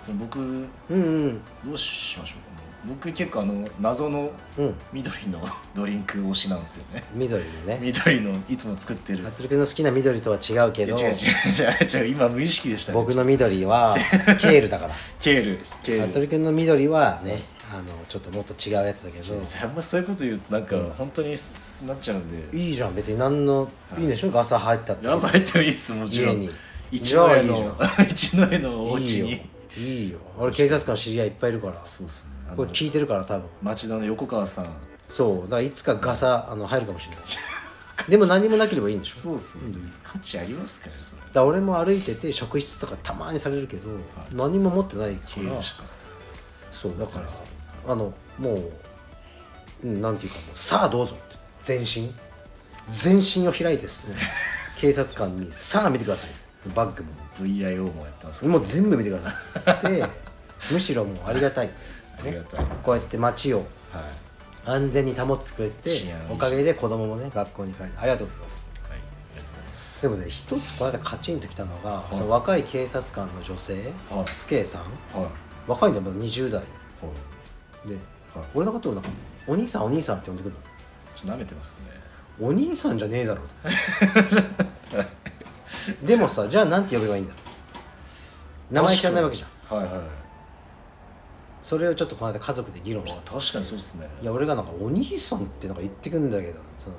Speaker 3: その僕
Speaker 1: うんうん
Speaker 3: どうしましょうかね僕結構あの謎の
Speaker 1: うん
Speaker 3: 緑のドリンク推しなんですよね
Speaker 1: 緑のね
Speaker 3: 緑のいつも作ってる
Speaker 1: 服部君の好きな緑とは違うけ
Speaker 3: い
Speaker 1: ど
Speaker 3: や違う違う違う違う今無意識でしたね
Speaker 1: 僕の緑 はケールだから
Speaker 3: ケールケール
Speaker 1: 服部君の緑はねあのちょっともっと違うやつだけど
Speaker 3: あんまそういうこと言うとなんか本当にすなっちゃうんで
Speaker 1: いいじゃん別に何のいいんでしょガサ入ったって
Speaker 3: ガス入ってもいいっすもちろ
Speaker 1: 家
Speaker 3: ん
Speaker 1: に
Speaker 3: 一の江
Speaker 1: いやいい
Speaker 3: の 一の江のお
Speaker 1: いい
Speaker 3: 家
Speaker 1: よ
Speaker 3: に
Speaker 1: いいよ俺警察官知り合いいっぱいいるから
Speaker 3: そうっすねあ
Speaker 1: こ
Speaker 3: の
Speaker 1: れ聞いてるから多分
Speaker 3: 町田の横川さん
Speaker 1: そうだからいつかガサあの入るかもしれない でも何もなければいいんでしょ
Speaker 3: そうっすね価値ありますからねそれ
Speaker 1: だから俺も歩いてて職質とかたまにされるけど、何も持ってないか
Speaker 3: ケー
Speaker 1: ら
Speaker 3: ルしか
Speaker 1: そうだからあのもう、うん、なんていうかもうさあどうぞって全身全身を開いてです ね警察官にさあ見てくださいバッグも
Speaker 3: VIO もやってますから
Speaker 1: もう全部見てくださ いってむしろもうありがたい、ね、
Speaker 3: ありがたいは
Speaker 1: こうやって街を
Speaker 3: いはい
Speaker 1: 安全に保ってくれてて
Speaker 3: 治安維持
Speaker 1: おかげで子供もね学校に帰ってありがとうございます
Speaker 3: ありがとうございます
Speaker 1: でもね一つこの間カチンときたのが、その若い警察官の女性
Speaker 3: はい
Speaker 1: 父兄さん
Speaker 3: はいはい
Speaker 1: 若いんだよまだ20代で、
Speaker 3: はい
Speaker 1: 俺のことをなんか「お兄さんお兄さん」って呼んでくる
Speaker 3: ちょっと舐めてますね
Speaker 1: のお兄さんじゃねえ だろでもさじゃあなんて呼べばいいんだろう名前知らないわけじゃん
Speaker 3: はいはい
Speaker 1: それをちょっとこの間家族で議論し
Speaker 3: あ
Speaker 1: た
Speaker 3: 確かにそうっすね
Speaker 1: いや俺がなんか「お兄さん」ってなんか言ってくんだけどその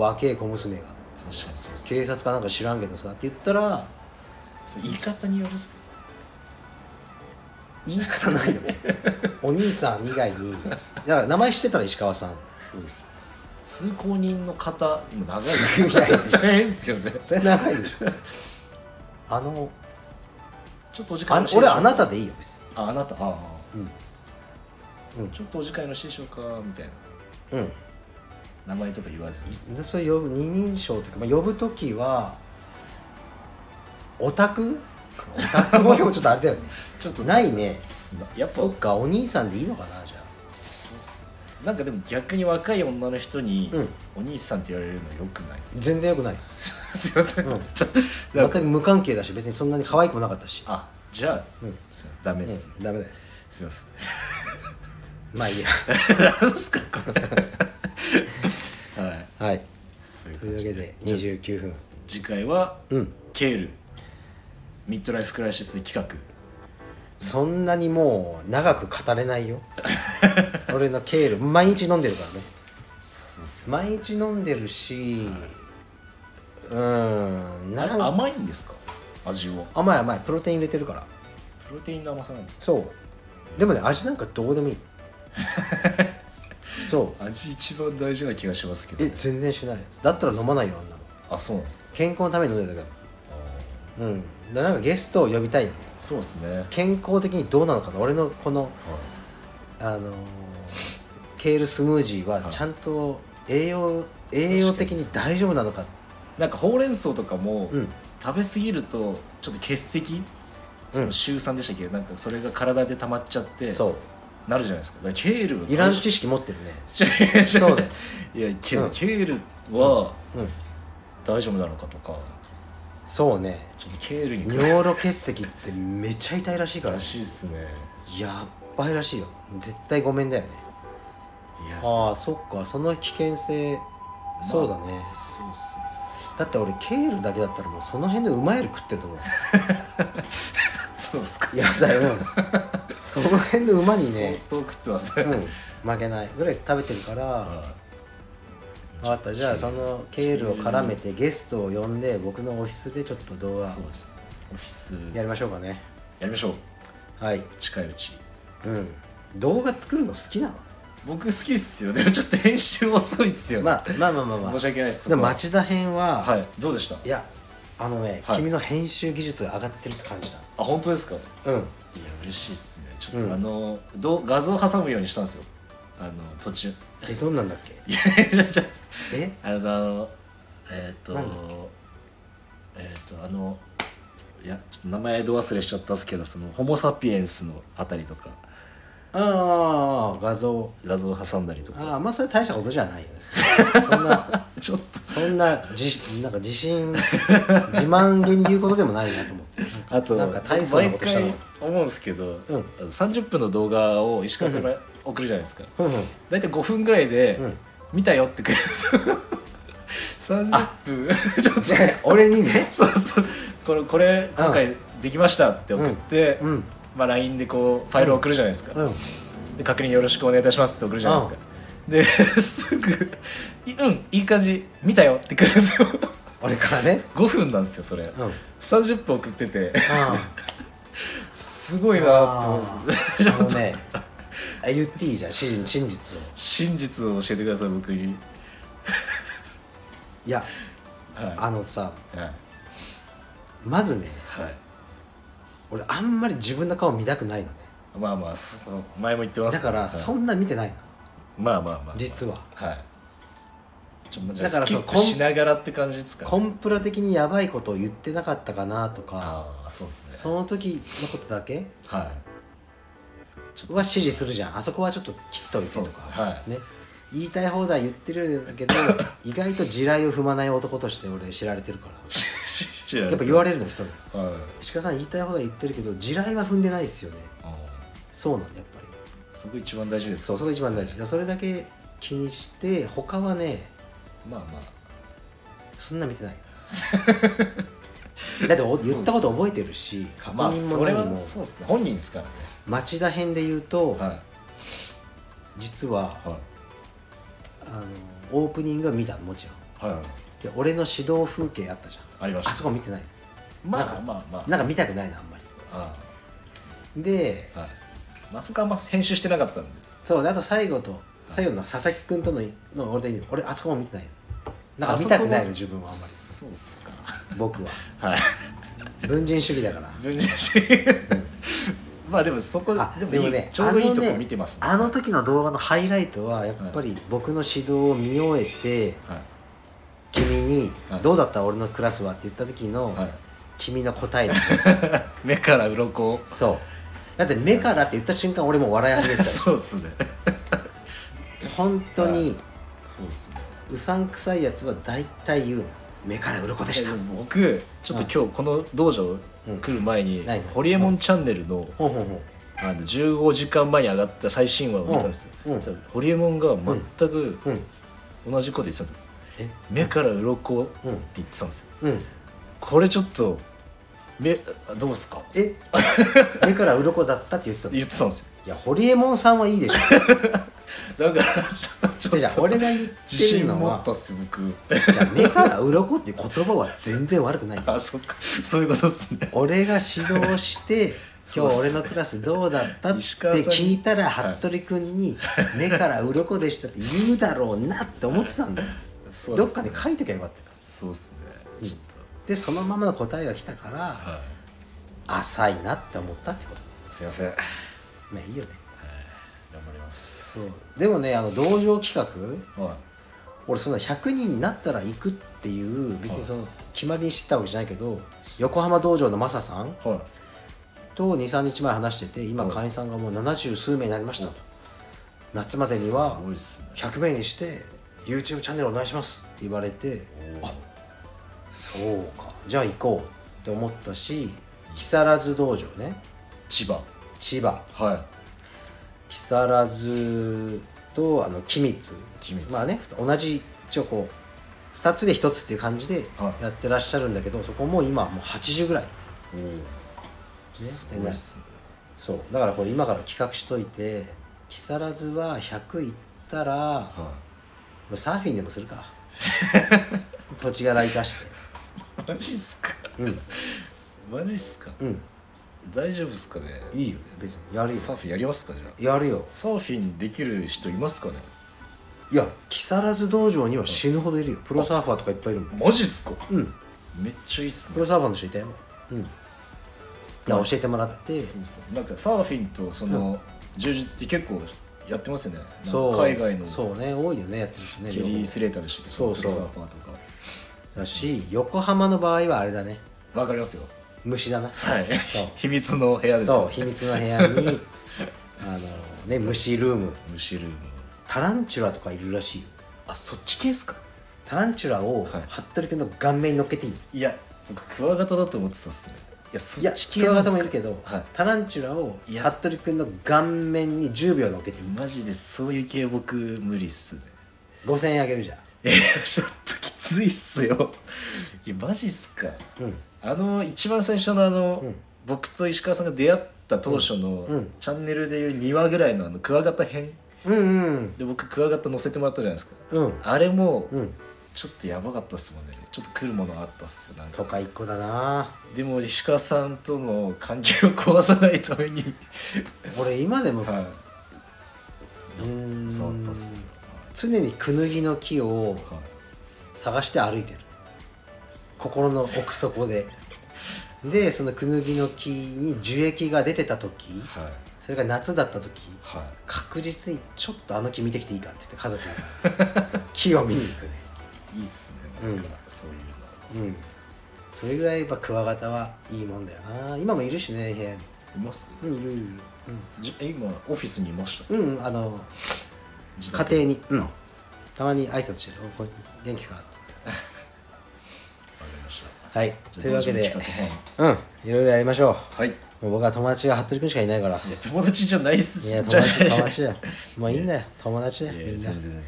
Speaker 1: 若え小娘が
Speaker 3: 確かにそうっすね
Speaker 1: 警察かなんか知らんけどさって言ったら
Speaker 3: 言い方によるっす
Speaker 1: 言い方ない よねお兄さん以外にだから名前知ってたら石川さん
Speaker 3: そうです通行人の方今長いですね めっちゃ変っすよね
Speaker 1: それ長いでし ょあの
Speaker 3: ちょっとお時間
Speaker 1: あ
Speaker 3: よろしいで
Speaker 1: 俺
Speaker 3: しょう
Speaker 1: はあなたでいいよ別
Speaker 3: ああなたああ
Speaker 1: にうんうん
Speaker 3: ちょっとお時間よろしいでしょうかみたいな
Speaker 1: うん
Speaker 3: 名前とか言わずに
Speaker 1: でそれ呼ぶ二人称というか、まあ、呼ぶ時はオタク オタクもでもちょっとあれだよね
Speaker 3: ちょっと
Speaker 1: ないね
Speaker 3: やっぱ
Speaker 1: そ
Speaker 3: そ
Speaker 1: っかお兄さんでいいのかなじゃ
Speaker 3: うっすねなんかでも逆に若い女の人に、
Speaker 1: うん
Speaker 3: お兄さんって言われるのよくないっす
Speaker 1: あ
Speaker 3: ね
Speaker 1: 全然よくない
Speaker 3: すいません、
Speaker 1: うん
Speaker 3: ちょな
Speaker 1: 全
Speaker 3: んか
Speaker 1: く無関係だし別にそんなに可愛くもなかったし、
Speaker 3: あじゃあ、
Speaker 1: うん
Speaker 3: すいませんダメっす、
Speaker 1: うん、ダメだよ
Speaker 3: すいません
Speaker 1: まあいいや
Speaker 3: 何すかこれはい
Speaker 1: はい
Speaker 3: そういう
Speaker 1: というわ
Speaker 3: 感
Speaker 1: け
Speaker 3: じ
Speaker 1: で29分
Speaker 3: 次回は、
Speaker 1: うん
Speaker 3: ケールミッドライフクライシス企画
Speaker 1: そんなにもう長く語れない よ俺のケール毎日飲んでるからね
Speaker 3: そうっす
Speaker 1: 毎日飲んでるし、うーんなん
Speaker 3: 甘いんですか味は
Speaker 1: 甘い甘いプロテイン入れてるから
Speaker 3: プロテインの甘さなんですか
Speaker 1: そうでもね味なんかどう でもいいそう
Speaker 3: 味一番大事な気がしますけど
Speaker 1: え
Speaker 3: ね
Speaker 1: 全然しないだったら飲まないよあんなの
Speaker 3: あそうなんですか
Speaker 1: 健康のために飲んでるだけだ
Speaker 3: あ
Speaker 1: うんでなんかゲストを呼びたいよね
Speaker 3: そうですね
Speaker 1: 健康的にどうなのかな俺のこのあのーケールスムージーは
Speaker 3: はい
Speaker 1: ちゃんと栄養栄養的に大丈夫なのか
Speaker 3: なんかほうれん草とかも
Speaker 1: うん
Speaker 3: 食べ過ぎるとちょっと欠席その週3でしたっけなんかそれが体で溜まっちゃって
Speaker 1: そ
Speaker 3: なるじゃないですかだからケール
Speaker 1: うイラン知識持ってるね
Speaker 3: 識
Speaker 1: そうだよ
Speaker 3: いやケ,、
Speaker 1: うん
Speaker 3: ケールは
Speaker 1: うん
Speaker 3: 大丈夫なのかとか
Speaker 1: そうね
Speaker 3: ちょっとケールに詳
Speaker 1: 尿路結石ってめっちゃ痛いらしいから
Speaker 3: しいっすね
Speaker 1: やっばいらしいよ絶対ごめんだよね
Speaker 3: いや
Speaker 1: ああそっかその危険性そうだね、
Speaker 3: そうっすね
Speaker 1: だって俺ケールだけだったらもうその辺でうまいより 食ってると思う
Speaker 3: そうっすか
Speaker 1: 野菜うん その辺で馬に
Speaker 3: 相
Speaker 1: ね、
Speaker 3: 当食ってます
Speaker 1: う
Speaker 3: ね、
Speaker 1: ん、負けないぐらい食べてるから、
Speaker 3: は
Speaker 1: 分かったじゃあそのケールを絡めてゲストを呼んで僕のオフィスでちょっと動
Speaker 3: い
Speaker 1: 画
Speaker 3: そうですねオフィス
Speaker 1: やりましょうかね
Speaker 3: やりましょう
Speaker 1: はい
Speaker 3: 近いうち
Speaker 1: うん動画作るの好きなの
Speaker 3: 僕好きっすよで もちょっと編集遅いっすよね、
Speaker 1: まあまあまあまあまあ
Speaker 3: 申し訳ないっす
Speaker 1: で
Speaker 3: そ
Speaker 1: も
Speaker 3: こは
Speaker 1: 町田編は、
Speaker 3: はいどうでした
Speaker 1: い、やあのね、
Speaker 3: はい
Speaker 1: 君の編集技術が上がってるって感じだ
Speaker 3: あ本当ですかいや
Speaker 1: うん
Speaker 3: 嬉しいっすねちょっと、
Speaker 1: うん
Speaker 3: あのどう画像挟むようにしたんですよあの途中
Speaker 1: えどんなんだっけ
Speaker 3: いやいやいや
Speaker 1: え
Speaker 3: あのあのえっ、
Speaker 1: なんだっ
Speaker 3: とえっ、とあのいやちょっと名前ど忘れしちゃったっすけどそのホモ・サピエンスのあたりとか
Speaker 1: ああ画像
Speaker 3: 画像挟んだりとか
Speaker 1: ああまあそれ大したことじゃないよねそん な
Speaker 3: ちょっと
Speaker 1: そんな自なんか自信自慢げに言うことでもないなと思ってなんか
Speaker 3: あと
Speaker 1: なんか大層なことしたの
Speaker 3: 毎回思うんですけど、
Speaker 1: うん
Speaker 3: あの30分の動画を石川先輩送るじゃないですか
Speaker 1: うんうん
Speaker 3: 大体5分ぐらいで、
Speaker 1: うん
Speaker 3: 見たよって くれるんですよ30分 ちょっと
Speaker 1: じゃあ俺にね
Speaker 3: そうそうこれこれ今回できましたって送って、
Speaker 1: うんうん
Speaker 3: まあ、LINE でこうファイルを送るじゃないですか、
Speaker 1: うん
Speaker 3: で確認よろしくお願いいたしますって送るじゃないですか、で すぐ「いうんいい感じ見たよ」ってくれるんですよ
Speaker 1: 俺からね
Speaker 3: 5分なんですよそれ、
Speaker 1: うん
Speaker 3: 30分送ってて
Speaker 1: あ
Speaker 3: すごい
Speaker 1: あ
Speaker 3: なって思うんです
Speaker 1: あのねあ言っていいじゃん真真実を
Speaker 3: 真実を教えてください僕に
Speaker 1: いや
Speaker 3: は
Speaker 1: あのさ
Speaker 3: いはい、
Speaker 1: まずね
Speaker 3: はい
Speaker 1: 俺あんまり自分の顔見たくないのね
Speaker 3: まあまあその前も言ってます
Speaker 1: だから
Speaker 3: はい
Speaker 1: そんな見てないの
Speaker 3: まあまあまあ、まあ、
Speaker 1: 実は
Speaker 3: はいちょまあじゃあ
Speaker 1: だから
Speaker 3: スキ
Speaker 1: そう
Speaker 3: ップしながらって感じですか
Speaker 1: コンプラ的にやばいことを言ってなかったかなとか
Speaker 3: ああそうですね
Speaker 1: その時のことだけ
Speaker 3: はい
Speaker 1: は指示するじゃんあそこはちょっと切っといて
Speaker 3: そう
Speaker 1: と
Speaker 3: ですね
Speaker 1: か、
Speaker 3: はい
Speaker 1: ね、言いたい放題言ってるんだけど意外と地雷を踏まない男として俺知られてるから
Speaker 3: 知ら
Speaker 1: や
Speaker 3: れ
Speaker 1: ってぱ
Speaker 3: ま
Speaker 1: 言われるの人に
Speaker 3: すはい
Speaker 1: 石川さん言いたい放題言ってるけど地雷は踏んでないですよね
Speaker 3: あ
Speaker 1: そうなんだやっぱり
Speaker 3: ーそこ一番大事です
Speaker 1: そうそれが一番大事だからそれだけ気にして他はね
Speaker 3: まあまあ
Speaker 1: そんな見てない だってお言ったこと覚えてるし確
Speaker 3: まあ
Speaker 1: 認
Speaker 3: そ
Speaker 1: も
Speaker 3: れ
Speaker 1: 何
Speaker 3: は
Speaker 1: も
Speaker 3: そうですね本人ですからね
Speaker 1: 町田編で言うと、
Speaker 3: は
Speaker 1: 実はい
Speaker 3: は
Speaker 1: あのオープニングは見たのもちろん
Speaker 3: いはい
Speaker 1: で俺の指導風景あったじゃん
Speaker 3: ありました
Speaker 1: あそこ見てない
Speaker 3: まあまあまあ
Speaker 1: なんか見たくないなあんまり
Speaker 3: あ
Speaker 1: で
Speaker 3: ーはいまあそこはあんま編集してなかったんで
Speaker 1: そうであと最後と最後の佐々木君とのの俺でいいの俺あそこも見てないのなん
Speaker 3: あ
Speaker 1: か
Speaker 3: そ
Speaker 1: 見
Speaker 3: こ
Speaker 1: た
Speaker 3: は
Speaker 1: くないの自分はあんま
Speaker 3: そうっすか
Speaker 1: り僕は
Speaker 3: はい
Speaker 1: 文人主義だから
Speaker 3: 分身し まあでもそこ
Speaker 1: あ
Speaker 3: でもいいちょうどいいとこ見てますね
Speaker 1: あの,、時の動画のハイライトはやっぱり僕の指導を見終えて
Speaker 3: はい
Speaker 1: 君に
Speaker 3: はい
Speaker 1: 「どうだった俺のクラスは?」って言った時の
Speaker 3: はい
Speaker 1: 君の答えだね
Speaker 3: 目から鱗を
Speaker 1: そうだって目からって言った瞬間俺もう笑い始めてたよ
Speaker 3: そうっすね
Speaker 1: 本当に
Speaker 3: そうっすね
Speaker 1: うさんくさいやつは大体言うの目から鱗でし
Speaker 3: い
Speaker 1: た
Speaker 3: やでも僕ちょっと今日この道場来る前に
Speaker 1: んないない
Speaker 3: 「ホリエモンチャンネルの」
Speaker 1: ほんほんほん
Speaker 3: あの15時間前に上がった最新話を見たんです
Speaker 1: うんう
Speaker 3: よ
Speaker 1: ん
Speaker 3: そしたらホリエモンが全く
Speaker 1: うん
Speaker 3: 同じこと言ってたんですよ
Speaker 1: え
Speaker 3: 目から鱗って言ってたんですよ
Speaker 1: うん
Speaker 3: これちょっと目どうっすかって
Speaker 1: え目から鱗だったって言ってたのい
Speaker 3: 言ってたんですよ
Speaker 1: やホリエモンさんはいい でしょ
Speaker 3: だからちょ
Speaker 1: じゃ
Speaker 3: っ
Speaker 1: あ
Speaker 3: と
Speaker 1: 俺が言って
Speaker 3: 自
Speaker 1: る
Speaker 3: 信
Speaker 1: の
Speaker 3: 持っ
Speaker 1: は
Speaker 3: たっすよ僕
Speaker 1: じゃあ目から鱗っていう言葉は全然悪くない
Speaker 3: あそっかそういうことっ すね
Speaker 1: 俺が指導して
Speaker 3: そう
Speaker 1: 今
Speaker 3: っす
Speaker 1: 日俺のクラスどうだったって
Speaker 3: 石川さんに
Speaker 1: 聞いたら
Speaker 3: はい
Speaker 1: 服部君に「目から鱗でした」って言うだろうなって思ってたんだよ
Speaker 3: そうっすね
Speaker 1: どっかで書いときゃよかったよ
Speaker 3: そうっすねちょっ
Speaker 1: でそのままの答えが来たから、
Speaker 3: は
Speaker 1: 浅いなって思ったってこと
Speaker 3: い、すいません
Speaker 1: まあいいよね
Speaker 3: 頑張ります
Speaker 1: そうでもねあの同情企画
Speaker 3: は
Speaker 1: 俺そんな100人になったら行くっていう別にその決まりにしてたわけじゃないけど横浜道場のマサさん
Speaker 3: いはい
Speaker 1: と23日前話してて今会員さんがもう70数名になりましたと夏までには
Speaker 3: すごいっすね
Speaker 1: 100名にして YouTube チャンネルお願いしますって言われてあそうかじゃあ行こうって思ったし木更津道場ね
Speaker 3: 千葉
Speaker 1: 千葉
Speaker 3: は
Speaker 1: 木更津とあの君津
Speaker 3: 君津
Speaker 1: まあね同じ一応こう2つで1つっていう感じで
Speaker 3: はい
Speaker 1: やってらっしゃるんだけど、そこも今もう80ぐらい、ね、
Speaker 3: いおおすごいっすね
Speaker 1: そうだからこれ今から企画しといて木更津は100行ったら、も
Speaker 3: は
Speaker 1: うサーフィンでもする か土地柄生かして
Speaker 3: いマジっすか
Speaker 1: うん
Speaker 3: マジっすか
Speaker 1: うん
Speaker 3: 大丈夫っすかね
Speaker 1: いいよ別にやるよ
Speaker 3: サーフィンやりますかじゃあ
Speaker 1: やるよ
Speaker 3: サーフィンできる人いますかね
Speaker 1: いや木更津道場には死ぬほどいるよプロサーファーとかいっぱいいるもん
Speaker 3: マジっすか
Speaker 1: うん
Speaker 3: めっちゃいいっす
Speaker 1: プ
Speaker 3: ね
Speaker 1: ロサーファーの人いたようんだから教えてもらって
Speaker 3: そうそうなんかサーフィンとその充実って結構やってますよねなんか
Speaker 1: そう
Speaker 3: 海外の
Speaker 1: そうね多いよねやってる人ね
Speaker 3: キリースレーターでしたっけ
Speaker 1: そうそう
Speaker 3: プロサーファーとか
Speaker 1: だし横浜の場合はあれだね
Speaker 3: わかりますよ
Speaker 1: 虫だな
Speaker 3: はい
Speaker 1: そう
Speaker 3: 秘密の部屋です
Speaker 1: そう
Speaker 3: よ
Speaker 1: 秘密の部屋 にあのね虫ルーム
Speaker 3: むしろ
Speaker 1: タランチュラとかいるらしいよ
Speaker 3: あそっち系ですか
Speaker 1: タランチュラを
Speaker 3: はい
Speaker 1: 服部君の顔面に乗っけていい
Speaker 3: いや僕クワガタだと思ってたっすねいやそ
Speaker 1: いや
Speaker 3: っち系
Speaker 1: クワ
Speaker 3: な
Speaker 1: ガタ
Speaker 3: んすか
Speaker 1: もいるけど、
Speaker 3: はい
Speaker 1: タランチュラを
Speaker 3: いや
Speaker 1: 服部君の顔面に10秒乗っけていい
Speaker 3: マジでそういう系僕無理っすね
Speaker 1: 5000円あげるじゃん
Speaker 3: え ちょっときついっすよいやマジっすか
Speaker 1: うん
Speaker 3: あの一番最初のあの、
Speaker 1: うん
Speaker 3: 僕と石川さんが出会った当初の、
Speaker 1: うんうん
Speaker 3: チャンネルでいう2話ぐらいのあのクワガタ編
Speaker 1: うんうん
Speaker 3: で僕クワガタ乗せてもらったじゃないですか
Speaker 1: うん
Speaker 3: あれも、
Speaker 1: うん
Speaker 3: ちょっとやばかったっすもんねちょっと来るものあったっすよなんか
Speaker 1: 都会っ子だな
Speaker 3: でも石川さんとの関係を壊さないために
Speaker 1: 俺今でも、
Speaker 3: は
Speaker 1: うーん
Speaker 3: い触ったっすね
Speaker 1: 常にクヌギの木を
Speaker 3: はい
Speaker 1: 探して歩いてる心の奥底ででそのクヌギの木に樹液が出てた時
Speaker 3: はい
Speaker 1: それが夏だった時
Speaker 3: はい
Speaker 1: 確実にちょっとあの木見てきていいかって言って家族に木を見に行くね
Speaker 3: いいっすねなんか、
Speaker 1: うん
Speaker 3: そういう
Speaker 1: うんそれぐらいやっぱクワガタはいいもんだよな今もいるしね部屋に
Speaker 3: のいます
Speaker 1: うんいるいる
Speaker 3: じえ今オフィスにいました
Speaker 1: うん、うん、あの
Speaker 3: 自
Speaker 1: 家
Speaker 3: 宅
Speaker 1: 庭に、うん、たまに挨拶してるおこ元気かって
Speaker 3: わかりました
Speaker 1: はいというわけで
Speaker 3: じゃあ同時に企画の方
Speaker 1: うんいろいろやりましょう
Speaker 3: はい
Speaker 1: もう僕は友達が服部君しかいないから。
Speaker 3: い
Speaker 1: い
Speaker 3: や友達じゃないっす
Speaker 1: や、友
Speaker 3: じゃない
Speaker 1: 達、
Speaker 3: じゃ
Speaker 1: 友
Speaker 3: ないっ
Speaker 1: 達
Speaker 3: す
Speaker 1: だ よ。もういいんだよ、友達だよ、
Speaker 3: いや
Speaker 1: みんな
Speaker 3: 全然。全然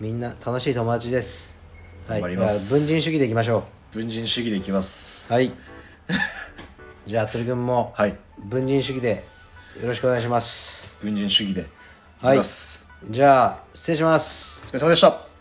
Speaker 1: みんな楽しい友達です。はい、
Speaker 3: 頑張り
Speaker 1: だ
Speaker 3: ま
Speaker 1: から
Speaker 3: す
Speaker 1: 文人主義でいきましょ
Speaker 3: 文人主義でいきま
Speaker 1: う。
Speaker 3: す
Speaker 1: はい。じゃあ、服部君も、
Speaker 3: はい
Speaker 1: 文人主義でよろしくお願いします。
Speaker 3: 文人主義でいき
Speaker 1: はい
Speaker 3: ます、
Speaker 1: じゃあ、失礼します。
Speaker 3: お疲れ様でした